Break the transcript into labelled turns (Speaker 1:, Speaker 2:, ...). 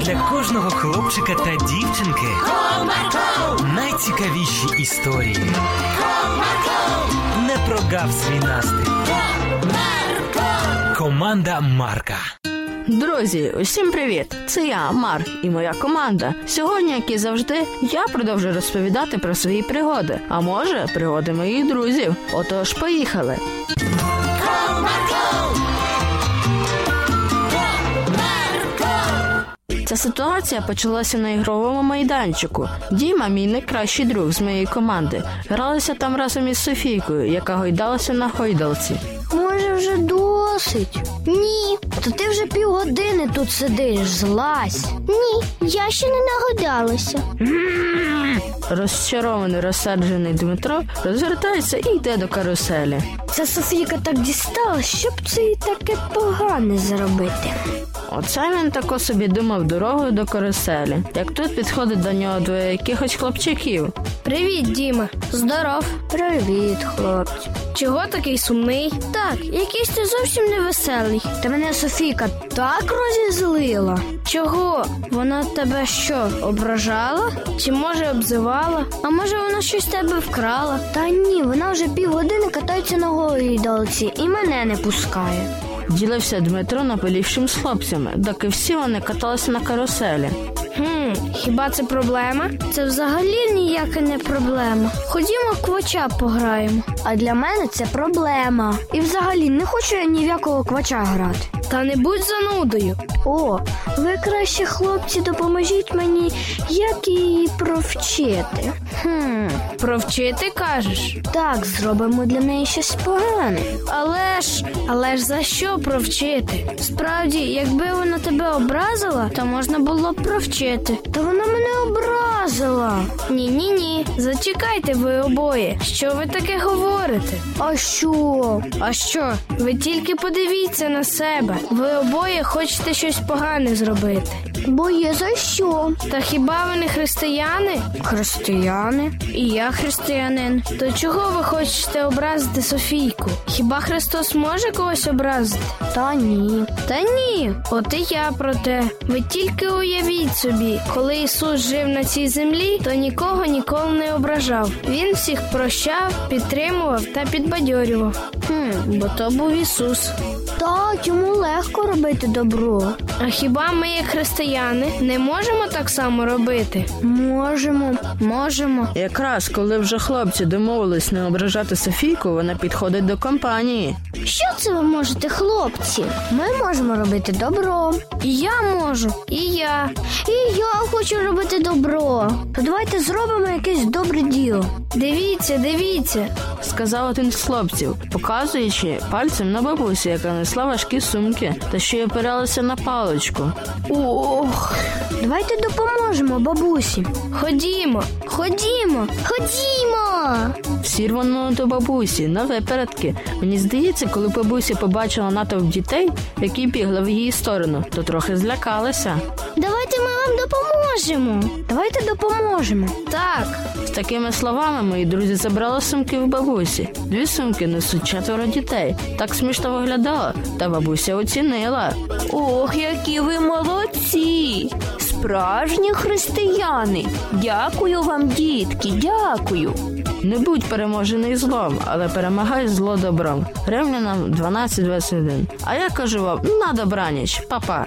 Speaker 1: для кожного хлопчика та дівчинки найцікавіші історії. Не прогав свій настрій. Команда Марка.
Speaker 2: Друзі, усім привіт! Це я, Марк, і моя команда. Сьогодні, як і завжди, я продовжу розповідати про свої пригоди, а може, пригоди моїх друзів. Отож, поїхали. Ця ситуація почалася на ігровому майданчику. Діма, мій найкращий друг з моєї команди. Гралися там разом із Софійкою, яка гойдалася на гойдалці.
Speaker 3: Може, вже досить? Ні. То ти вже півгодини тут сидиш, злазь. Ні, я ще не нагодалася.
Speaker 2: Розчарований розсаджений Дмитро розвертається і йде до каруселі.
Speaker 3: Ця Софійка так дістала, щоб це їй таке погане зробити.
Speaker 2: Оце він тако собі думав дорогою до каруселі. Як тут підходить до нього двоє якихось хлопчиків.
Speaker 3: Привіт, Діма. Здоров. Привіт, хлопці. Чого такий сумний? Так, якийсь ти зовсім невеселий. Та мене Софійка так розізлила. Чого? Вона тебе що, ображала? Чи може обзивала? А може вона щось тебе вкрала? Та ні, вона вже півгодини катається на гойдалці і мене не пускає.
Speaker 2: Ділився Дмитро напилівшим з хлопцями, доки всі вони каталися на каруселі.
Speaker 3: Хм, хіба це проблема? Це взагалі ніяка не проблема. Ходімо квача пограємо. А для мене це проблема. І взагалі не хочу я ні в якого квача грати. Та не будь занудою. О, ви краще, хлопці, допоможіть мені, як її провчити. Хм. Провчити кажеш? Так, зробимо для неї щось погане. Але ж, але ж за що провчити? Справді, якби вона тебе образила, то можна було б провчити. Та вона мене образила. Ні, ні, ні. Зачекайте ви обоє. Що ви таке говорите? А що? А що? Ви тільки подивіться на себе. Ви обоє хочете щось погане зробити. Бо є за що? Та хіба ви не християни? Християни? І я християнин. То чого ви хочете образити Софійку? Хіба Христос може когось образити? Та ні. Та ні. От і я про те. Ви тільки уявіть собі, коли Ісус жив на цій землі, то нікого ніколи не ображав. Він всіх прощав, підтримував та підбадьорював. Хм, бо то був Ісус. Так, йому легко робити добро. А хіба ми, як християни, не можемо так само робити? Можемо, можемо.
Speaker 2: Якраз коли вже хлопці домовились не ображати Софійку, вона підходить до компанії.
Speaker 3: Що це ви можете, хлопці? Ми можемо робити добро. І я можу, і я. І я хочу робити добро. То давайте зробимо якесь добре діло. Дивіться, дивіться.
Speaker 2: Сказав один з хлопців, показуючи пальцем на бабусю, яка несла важкі сумки, та що й опиралася на паличку.
Speaker 3: Ох. Давайте допоможемо бабусі. Ходімо, ходімо, ходімо.
Speaker 2: Всі рвонули до бабусі на випередки. Мені здається, коли бабуся побачила натовп дітей, які бігли в її сторону, то трохи злякалася.
Speaker 3: Давайте ми вам допоможемо. Давайте допоможемо. Так,
Speaker 2: З такими словами мої друзі забрали сумки в бабусі. Дві сумки несуть четверо дітей. Так смішно виглядало, та бабуся оцінила.
Speaker 4: Ох, які ви молодці! Справжні християни! Дякую вам, дітки, дякую!
Speaker 2: Не будь переможений злом, але перемагай зло добром. Римлянам 12.21. А я кажу вам на добраніч, папа.